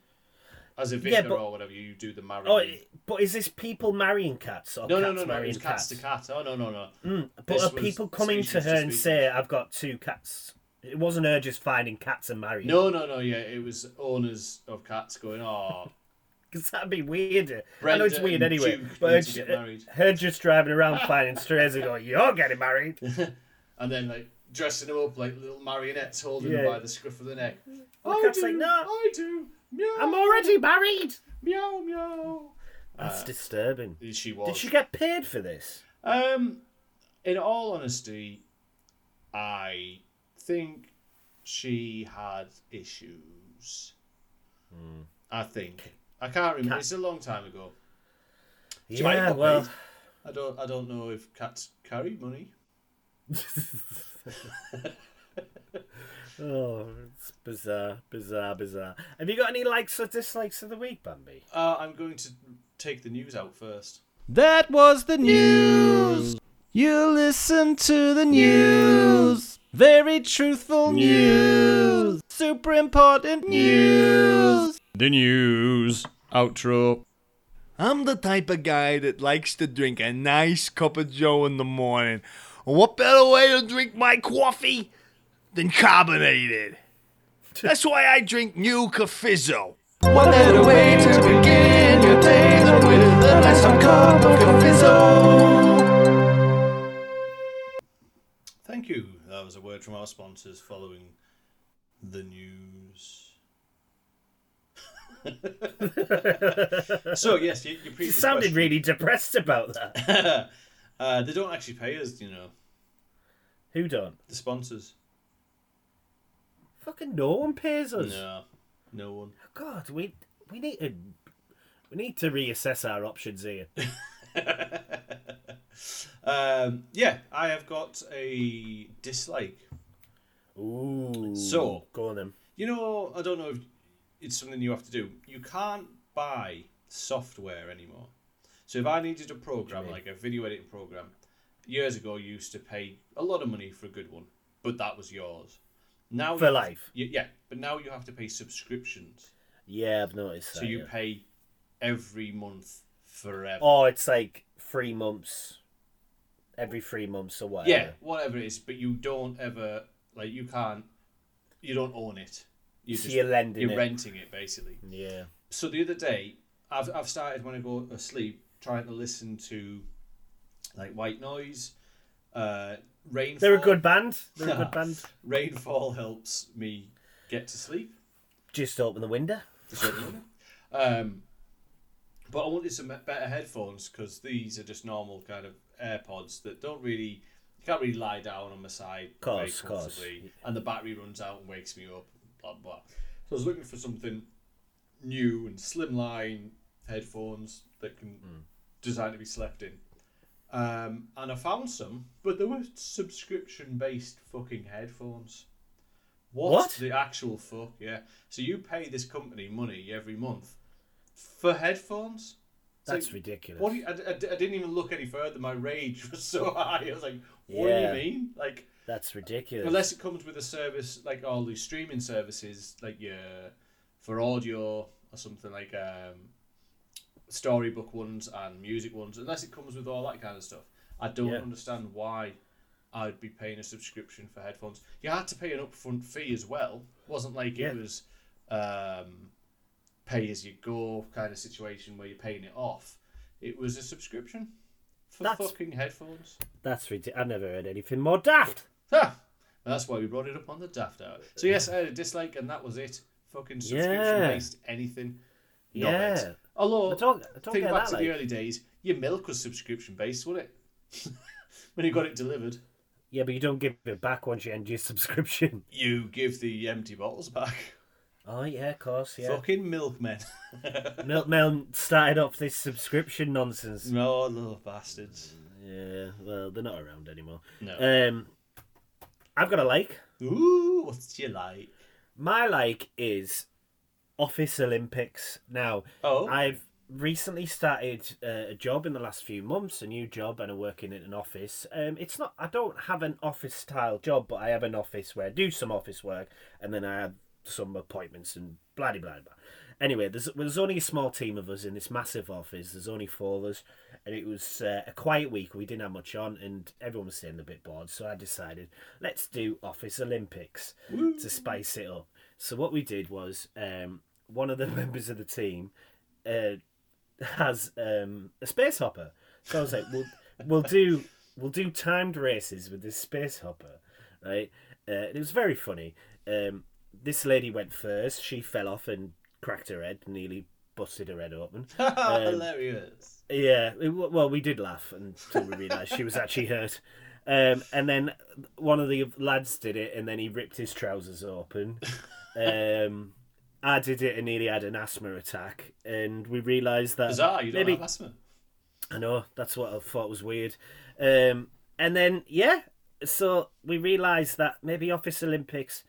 as a vicar Yeah, but- or whatever. You do the marriage. Oh, i- but is this people marrying cats or no, cats no, no, no. marrying Mm. It's cats to cat. Oh no, no, no. But This are was people coming to species her and species. say, "I've got two cats It wasn't her just finding cats and marrying. No, no, no. Yeah, it was owners of cats going, "Oh, because that'd be weirder. I know Brenda it's weird and anyway, Duke but need her to get ju- married. her just driving around finding strays and going, "You're getting married." and then like dressing them up like little marionettes, holding them Yeah. by the scruff of the neck. The cat's like, "No." I do. Meow, I'm already married. meow, meow. That's disturbing. She Uh, was. Did she get paid for this? Um, in all honesty, I think she had issues. Hmm. I think I can't remember. It's a long time ago. She might have yeah, got well, paid. I don't. I don't know if cats carry money. oh, it's bizarre, bizarre, bizarre. Have you got any likes or dislikes of the week, Bambi? Uh, I'm going to take the news out first. That was the news. You listen to the news. Very truthful news. Super important news. The news. Outro. I'm the type of guy that likes to drink a nice cup of Joe in the morning. And What better way to drink my coffee than carbonated? That's why I drink new Cafizzo. What better way to begin your day than with a nice hot cup of Cafizzo? Thank you. That was a word from our sponsors following the news. so yes, you, your You previous sounded question- really depressed about that. Uh, they don't actually pay us, you know. Who don't? The sponsors. Fucking no one pays us. No, no one. God, we we need to we need to reassess our options here. Um, yeah, I have got a dislike. Ooh. So- go on then. You know, I don't know if it's something you have to do. You can't buy software anymore. So if I needed a program, like a video editing program, years ago you used to pay a lot of money for a good one, but that was yours. Now For you- life. you- yeah, but now you have to pay subscriptions. Yeah, I've noticed that. So you yeah. pay every month forever. Oh, it's like three months, every three months or whatever. yeah, whatever it is, but you don't ever like you can't you don't own it. You So you're lending you're it. renting it basically. Yeah. So the other day, I've I've started when I go asleep trying to listen to like white noise, uh, rainfall. They're a good band. They're a good band. Rainfall helps me get to sleep. Just open the window. Just open the window. um, but I wanted some better headphones because these are just normal kind of AirPods that don't really. You can't really lie down on my side very Course, course. comfortably, and the battery runs out and wakes me up. Blah blah. So I was looking for something new and slimline headphones that can Hmm. designed to be slept in. Um, and I found some, but they were subscription-based fucking headphones. What, What? the actual fuck? Yeah. So you pay this company money every month for headphones? It's That's like, ridiculous. What? Do you, I, I, I didn't even look any further. My rage was so high. I was like, "What Yeah. do you mean? Like, That's ridiculous. unless it comes with a service like all these streaming services like your for audio or something like um storybook ones and music ones unless it comes with all that kind of stuff i don't Yeah. understand why i'd be paying a subscription for headphones you had to pay an upfront fee as well it wasn't like Yeah. it was um pay as you go kind of situation where you're paying it off it was a subscription for That's- fucking headphones That's ridiculous. I've never heard anything more daft. Ha! And that's why we brought it up on the daft hour. So yes, I had a dislike, and that was it. Fucking subscription-based anything. Not Yeah. it. Although, I don't, I don't think get back that. to the like- early days, your milk was subscription-based, wasn't it? when you got it delivered, Yeah, but you don't give it back once you end your subscription. you give the empty bottles back. Oh yeah, of course. Yeah. Fucking milkmen. Milkman started off this subscription nonsense. no, little bastards. Yeah. Well, they're not around anymore. No. Um, I've got a like. Ooh, what's your like? My like is Office Olympics. Now, Oh. I've recently started uh, a job in the last few months, a new job, and I'm working in an office. Um, it's not. I don't have an office style job, but I have an office where I do some office work, and then I have some appointments and blah blah blah. Anyway, there's there's only a small team of us in this massive office. There's only four of us, and it was uh, a quiet week. We didn't have much on, and everyone was staying a bit bored. So I decided let's do Office Olympics to spice it up. So what we did was um, one of the members of the team uh, has um, a space hopper. So I was like, we'll we'll do we'll do timed races with this space hopper, right? Uh, and it was very funny. Um, this lady went first. She fell off and cracked her head, nearly busted her head open. um, Hilarious. Yeah, it, w- well, we did laugh until we realised she was actually hurt. Um, and then one of the lads did it, and then he ripped his trousers open. Um, I did it and nearly had an asthma attack, and we realised that Bizarre, you don't maybe have asthma. I know that's what I thought was weird. Um, and then yeah, so we realised that maybe Office Olympics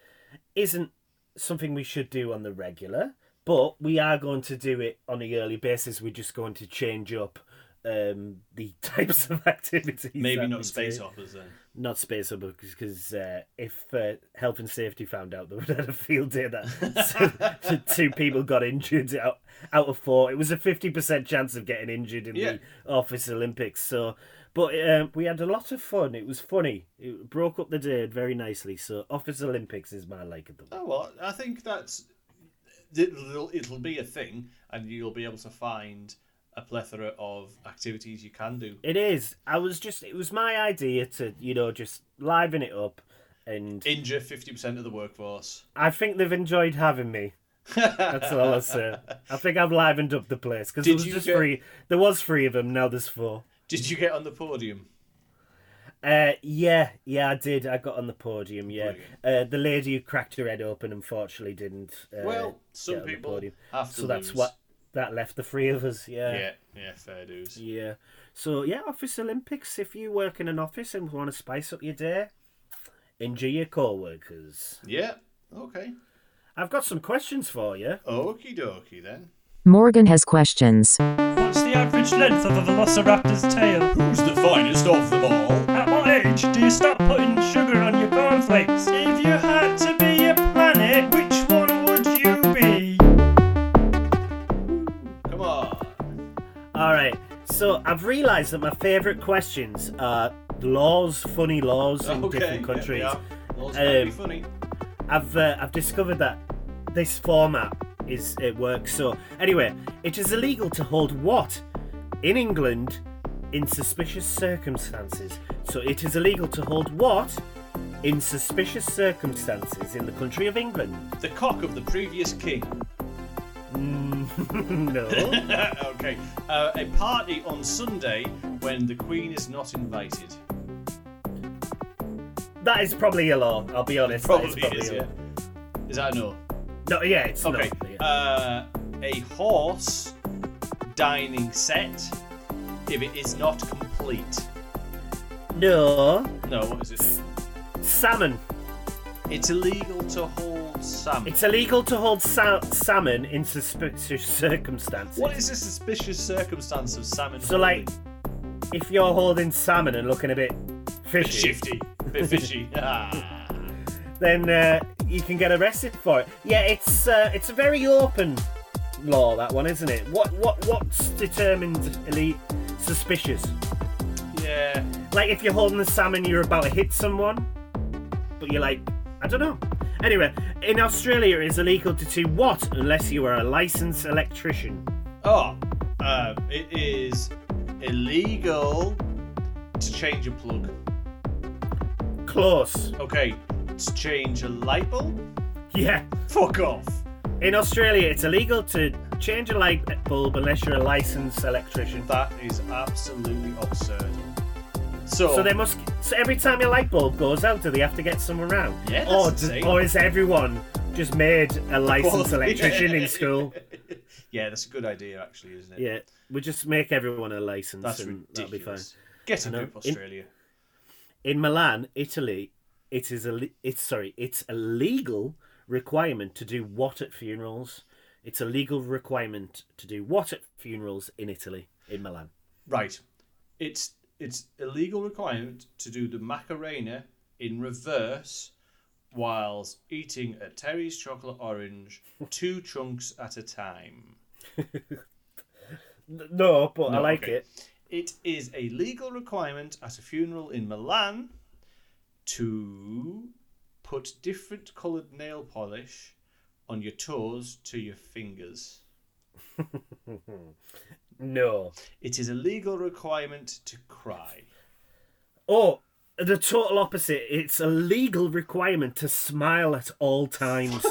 isn't something we should do on the regular, but we are going to do it on a yearly basis. We're just going to change up um, the types of activities. Maybe that not we space do. hoppers then. Not space up because uh, if uh, health and safety found out that we had a field day that so, two people got injured out, out of four, it was a fifty percent chance of getting injured in Yeah. the Office Olympics. So, but um, we had a lot of fun. It was funny. It broke up the day very nicely. So, Office Olympics is my like of the week. Oh well, I think that's it'll, it'll be a thing, and you'll be able to find a plethora of activities you can do. It is. I was just. It was my idea to you know just liven it up, and Injure fifty percent of the workforce. I think they've enjoyed having me. That's all I'll say. I think I've livened up the place because there Did was you just get- three. There was three of them. Now there's four. Did you get on the podium? Uh, yeah, yeah, I did. I got on the podium. Yeah, Brilliant. uh, the lady who cracked her head open unfortunately didn't. Uh, Well, some get on the people podium. have to So that's lose. what uh, that left the three of us. Yeah. Yeah, yeah, fair dues. Yeah. So yeah, Office Olympics. If you work in an office and want to spice up your day, injure your co-workers. Yeah, okay. I've got some questions for you. Okie dokie then. Morgan has questions. What's the average length of a velociraptor's tail? Who's the finest of them all? At what age do you stop putting sugar on your cornflakes? If you had to be a planet, which one would you be? Come on. All right. So I've realised that my favourite questions are laws, funny laws in okay. different yeah, countries. they are. Those might be Um, funny. I've uh, I've discovered that this format is it works. So anyway, it is illegal to hold what in England in suspicious circumstances. So it is illegal to hold what in suspicious circumstances in the country of England. The cock of the previous king. Mm, no. okay. Uh, a party on Sunday when the queen is not invited. that is probably a law. I'll be honest. That Probably is, a yeah. Is that a no? No, yeah, it's Okay. not. yeah. Uh, a horse dining set if it is not complete. no. No, what is it? Salmon. It's illegal to hold salmon. It's illegal to hold sa- salmon in suspicious circumstances. what is the suspicious circumstance of salmon? So, like, if you're holding salmon and looking a bit fishy, shifty, bit fishy. Ah. then uh, you can get arrested for it. Yeah, it's uh, it's a very open law that one, isn't it? What what what's determined elite suspicious? Yeah. Like, if you're holding the salmon, you're about to hit someone, but you're like, I don't know. Anyway, in Australia, it's illegal to do what unless you are a licensed electrician. Oh, um, it is illegal to change a plug. Close. Okay, to change a light bulb. Yeah. Fuck off. In Australia, it's illegal to change a light bulb unless you're a licensed electrician. That is absolutely absurd. So, So they must. So every time your light bulb goes out, do they have to get someone round? Yeah, that's Or, the does- thing. or is everyone just made a licensed Well, electrician yeah. in school? yeah, that's a good idea, actually, isn't it? Yeah, we just make everyone a license. that's and ridiculous. That'll be fine. Get a know. group, In- Australia. In Milan, Italy, it is a. It's sorry. It's a legal requirement to do what at funerals. It's a legal requirement to do what at funerals in Italy, in Milan. Right, it's it's illegal requirement to do the Macarena in reverse whilst eating a Terry's chocolate orange, two chunks at a time. No, but I No, like okay. it. It is a legal requirement at a funeral in Milan to put different coloured nail polish on your toes to your fingers. No. It is a legal requirement to cry. Oh, the total opposite. It's a legal requirement to smile at all times.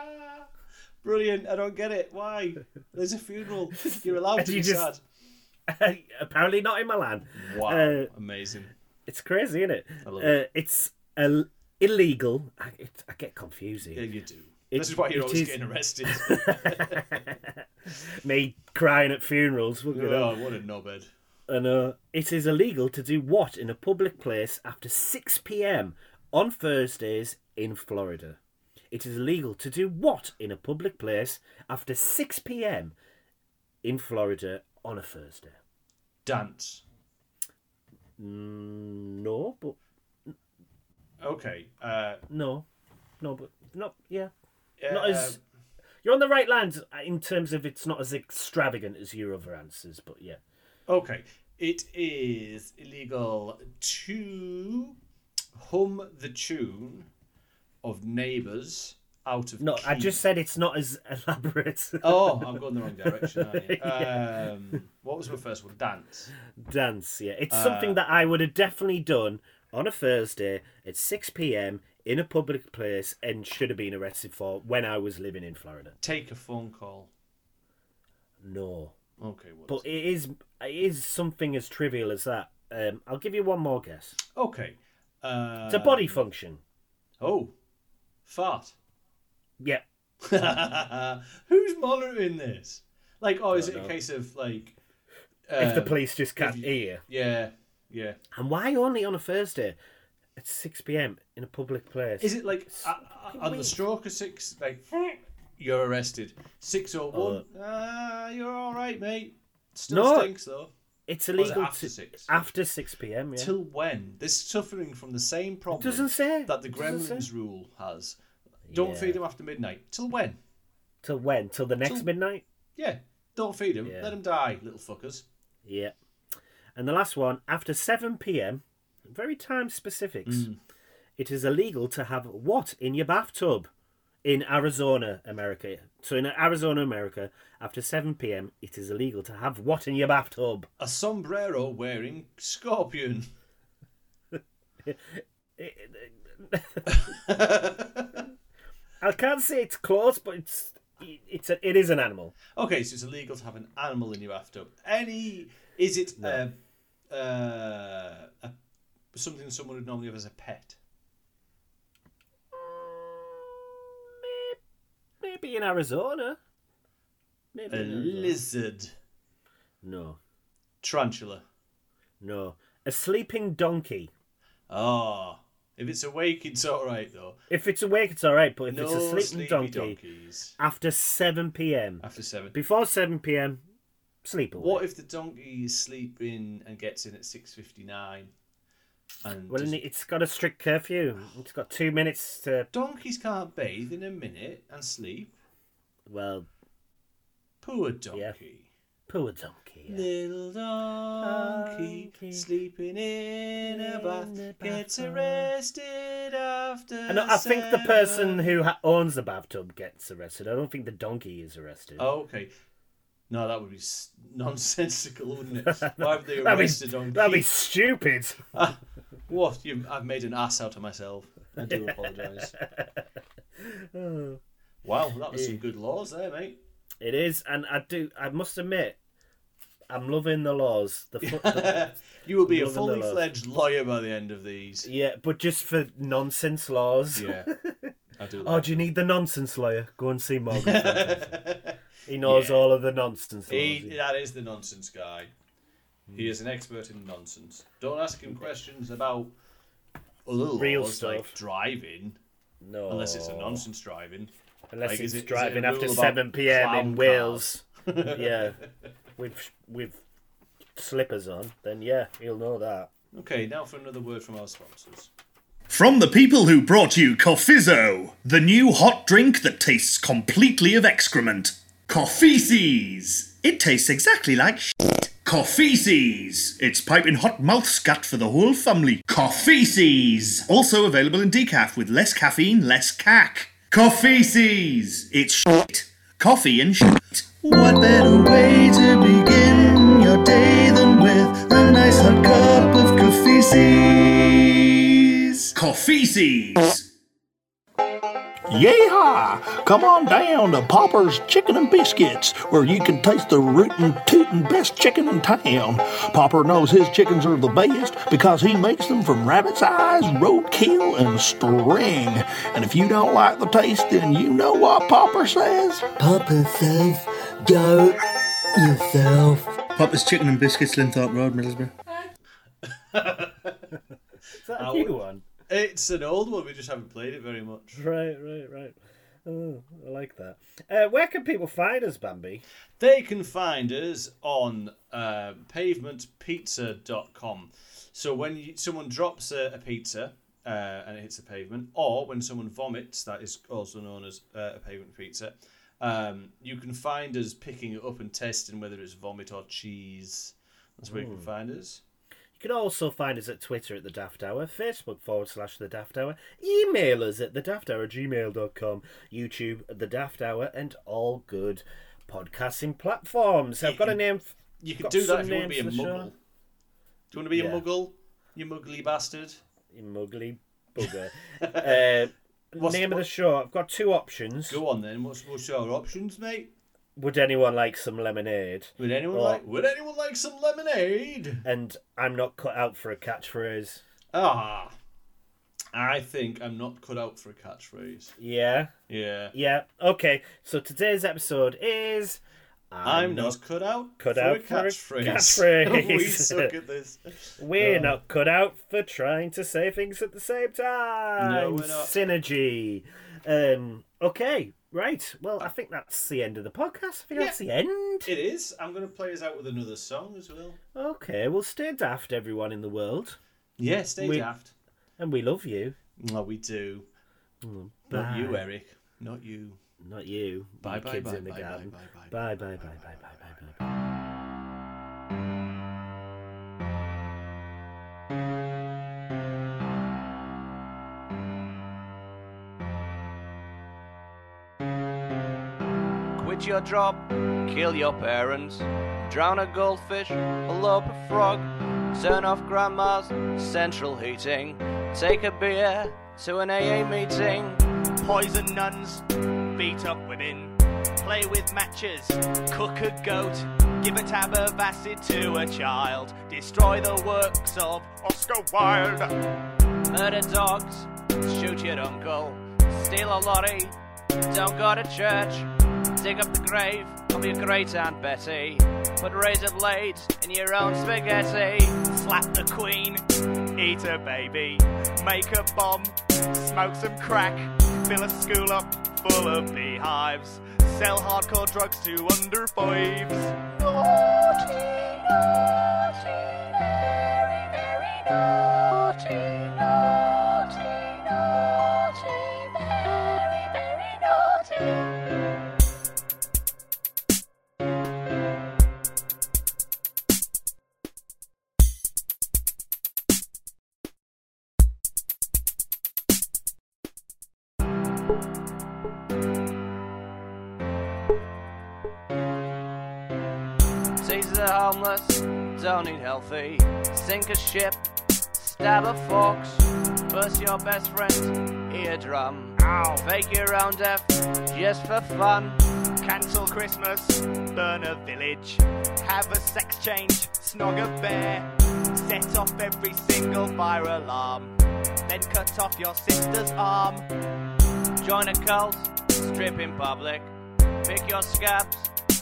Brilliant. I don't get it. Why? There's a funeral. You're allowed to You be sad. just- Apparently not in Milan. Wow. uh, Amazing. It's crazy, isn't it? love uh, It's a, illegal. I, it, I get confused here. Yeah, you do. it- this is why you're it always is- getting arrested. Me crying at funerals. Look at oh, what a knobhead. And uh, it is illegal to do what in a public place after 6 p.m. on Thursdays in Florida. It is illegal to do what in a public place after 6 p.m. in Florida on a Thursday. Dance. Mm, no, but Okay. Uh, no, no, but not yeah. uh, Not as you're on the right lines in terms of it's not as extravagant as your other answers, but yeah. Okay. It is illegal to hum the tune of neighbours out of No, I key. just said it's not as elaborate. Oh, I'm going the wrong direction. Aren't I? um, what was my first one? Dance. dance. Yeah, Uh, it's something that I would have definitely done on a Thursday at six p.m. in a public place and should have been arrested for when I was living in Florida. Take a phone call. No, Okay. What but is it? it is it is something as trivial as that. Um, I'll give you one more guess. Okay. Uh, It's a body function. Oh, fart. Yeah, Who's monitoring this? Like, oh, is it a case of like? if the um, police just can't hear. Yeah, yeah. And why only on a Thursday at six p.m. in a public place? Is it like uh, uh, on the stroke of six? Like, you're arrested. Six or one. Ah, you're all right, mate. Still Uh, No. stinks though. it's Or is illegal it after to- six? after six p.m. Yeah. Till when? They're suffering from the same problem doesn't say. that the Doesn't say. Gremlins rule has. Don't Yeah. feed them after midnight. Till when? Till when? Till the next Till- midnight. Yeah, don't feed them. Yeah. Let them die, little fuckers. Yeah. And the last one, after 7 p.m., very time specifics, Mm. it is illegal to have what in your bathtub in Arizona, America. So in Arizona, America, after 7 p.m., it is illegal to have what in your bathtub. A sombrero wearing scorpion. I can't say it's close, but it's it's a, it is an animal. Okay, so it's illegal to have an animal in your bathtub. Any is it uh uh, a, something someone would normally have as a pet? Mm, Maybe in Arizona. Maybe A in Arizona. lizard, No, tarantula. no. A sleeping donkey. Ah, if it's awake, it's all right though. If it's awake, it's all right, but if no it's a sleepy sleeping donkey donkeys after 7 p.m., after seven. Before 7 pm, sleep away. What if the donkey is sleeping and gets in at six fifty nine? And well, does- it- it's got a strict curfew. It's got two minutes to. donkeys can't bathe in a minute and sleep. Well, Poor donkey. poor donkey. yeah. Little donkey, Donkey. sleeping in a bath the gets bathroom. arrested after. And I I think the seven. person who ha- owns the bathtub gets arrested. I don't think the donkey is arrested. Oh, okay. No, that would be s- nonsensical, wouldn't it? Why would they that'd, be, arrest a donkey? Ah, that'd be stupid. What? You, I've made an ass out of myself. I do apologise. wow, that was some good laws there, mate. It is, and I do. I must admit, I'm loving the laws. The, fu- the You will be a Loving the fully laws. fledged lawyer by the end of these. yeah, but just for nonsense laws. Yeah, I do. Oh, Like. do you need the nonsense lawyer? Go and see Morgan. Frankenstein. he knows all of the nonsense laws. He, that is the nonsense guy. He is an expert in nonsense. Don't ask him questions about other Real laws like stuff. Oh. driving, no, unless it's a nonsense driving. Unless Like, is it's it- is it a driving rule after about 7 p.m. clown in Wales. yeah. With with slippers on, then yeah, he'll know that. Okay, now for another word from our sponsors. From the people who brought you Coffizo, the new hot drink that tastes completely of excrement. Coffeeces! It tastes exactly like shit. Coffeeces! It's piping hot mouth scat for the whole family. Coffeeces! Also available in decaf with less caffeine, less cack. Coffeeces! It's shit. Coffee and shit. What better way to begin your day than with a nice hot cup of coffeeces? Coffeeces! Yeehaw! Come on down to Popper's Chicken and Biscuits, where you can taste the rootin' tootin' best chicken in town. Popper knows his chickens are the best because he makes them from rabbit's eyes, roadkill, and string. And if you don't like the taste, then you know what Popper says. Papa says, go yourself. Papa's Chicken and Biscuits, Linthorpe Road, Middlesbrough. Is that I a new would- one? It's an old one. We just haven't played it very much. Right, right, right. Oh, I like that. Uh, where can people find us, Bambi? They can find us on uh, pavementpizza.com. So when you, someone drops a, a pizza uh, and it hits the pavement, or when someone vomits, that is also known as uh, a pavement pizza, um, you can find us picking it up and testing whether it's vomit or cheese. That's where you Hmm. can find us. You can also find us at Twitter at the Daft Hour, Facebook forward slash the Daft Hour, email us at the Daft Hour gmail.com, YouTube at the Daft Hour, and all good podcasting platforms. I've got a name. f- You could got do that if some you want to be a names for the muggle. show. Do you want to be Yeah. a muggle? You muggly bastard. You muggly bugger. uh, What's- name of the show. I've got two options. Go on then. What's, what's your options, mate? Would anyone like some lemonade? Would anyone Well- like? Would anyone like some lemonade? And I'm not cut out for a catchphrase. Ah, I think I'm not cut out for a catchphrase. Yeah, Yeah, yeah. Okay, so today's episode is. I'm, not, cut out cut for out a for a catchphrase. catchphrase. we suck at this. We're Uh, not cut out for trying to say things at the same time. No, we're not. Synergy. Um, okay, right. Well, I think that's the end of the podcast. I think that's the end. It is. I'm going to play us out with another song as well. Okay, well, stay daft, everyone in the world. Yeah, stay We- daft. And we love you. No, we do. Not you, Eric. Not you. Not you. Bye, you bye, kids bye, in the bye, bye, garden. bye, bye, bye, bye, bye, bye, bye, bye, bye. bye. Quit your job, kill your parents, drown a goldfish, blow up a frog, turn off grandma's central heating, take a beer to an AA meeting, poison nuns, beat up women, play with matches, cook a goat, give a tab of acid to a child, destroy the works of Oscar Wilde, murder dogs, shoot your uncle, steal a lorry, don't go to church. Dig up the grave of your great aunt Betty. Put razor blades in your own spaghetti. Slap the queen. Eat a baby. Make a bomb. Smoke some crack. Fill a school up full of beehives. Sell hardcore drugs to under fives. Naughty, naughty, very, very naughty, naughty, naughty, very, very naughty. Tease the homeless, don't eat healthy. Sink a ship, stab a fox, burst your best friend's eardrum. Ow. Fake your own death just for fun. Cancel Christmas, burn a village, have a sex change, snog a bear, set off every single fire alarm, then cut off your sister's arm. Join a cult, strip in public, pick your scabs,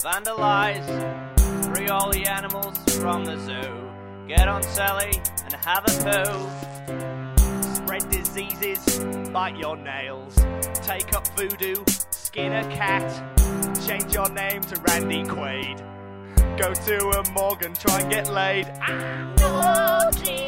vandalize. Free all the animals from the zoo. Get on Sally and have a poo. Spread diseases, bite your nails. Take up voodoo, skin a cat. Change your name to Randy Quaid. Go to a morgue and try and get laid. Ah! Naughty,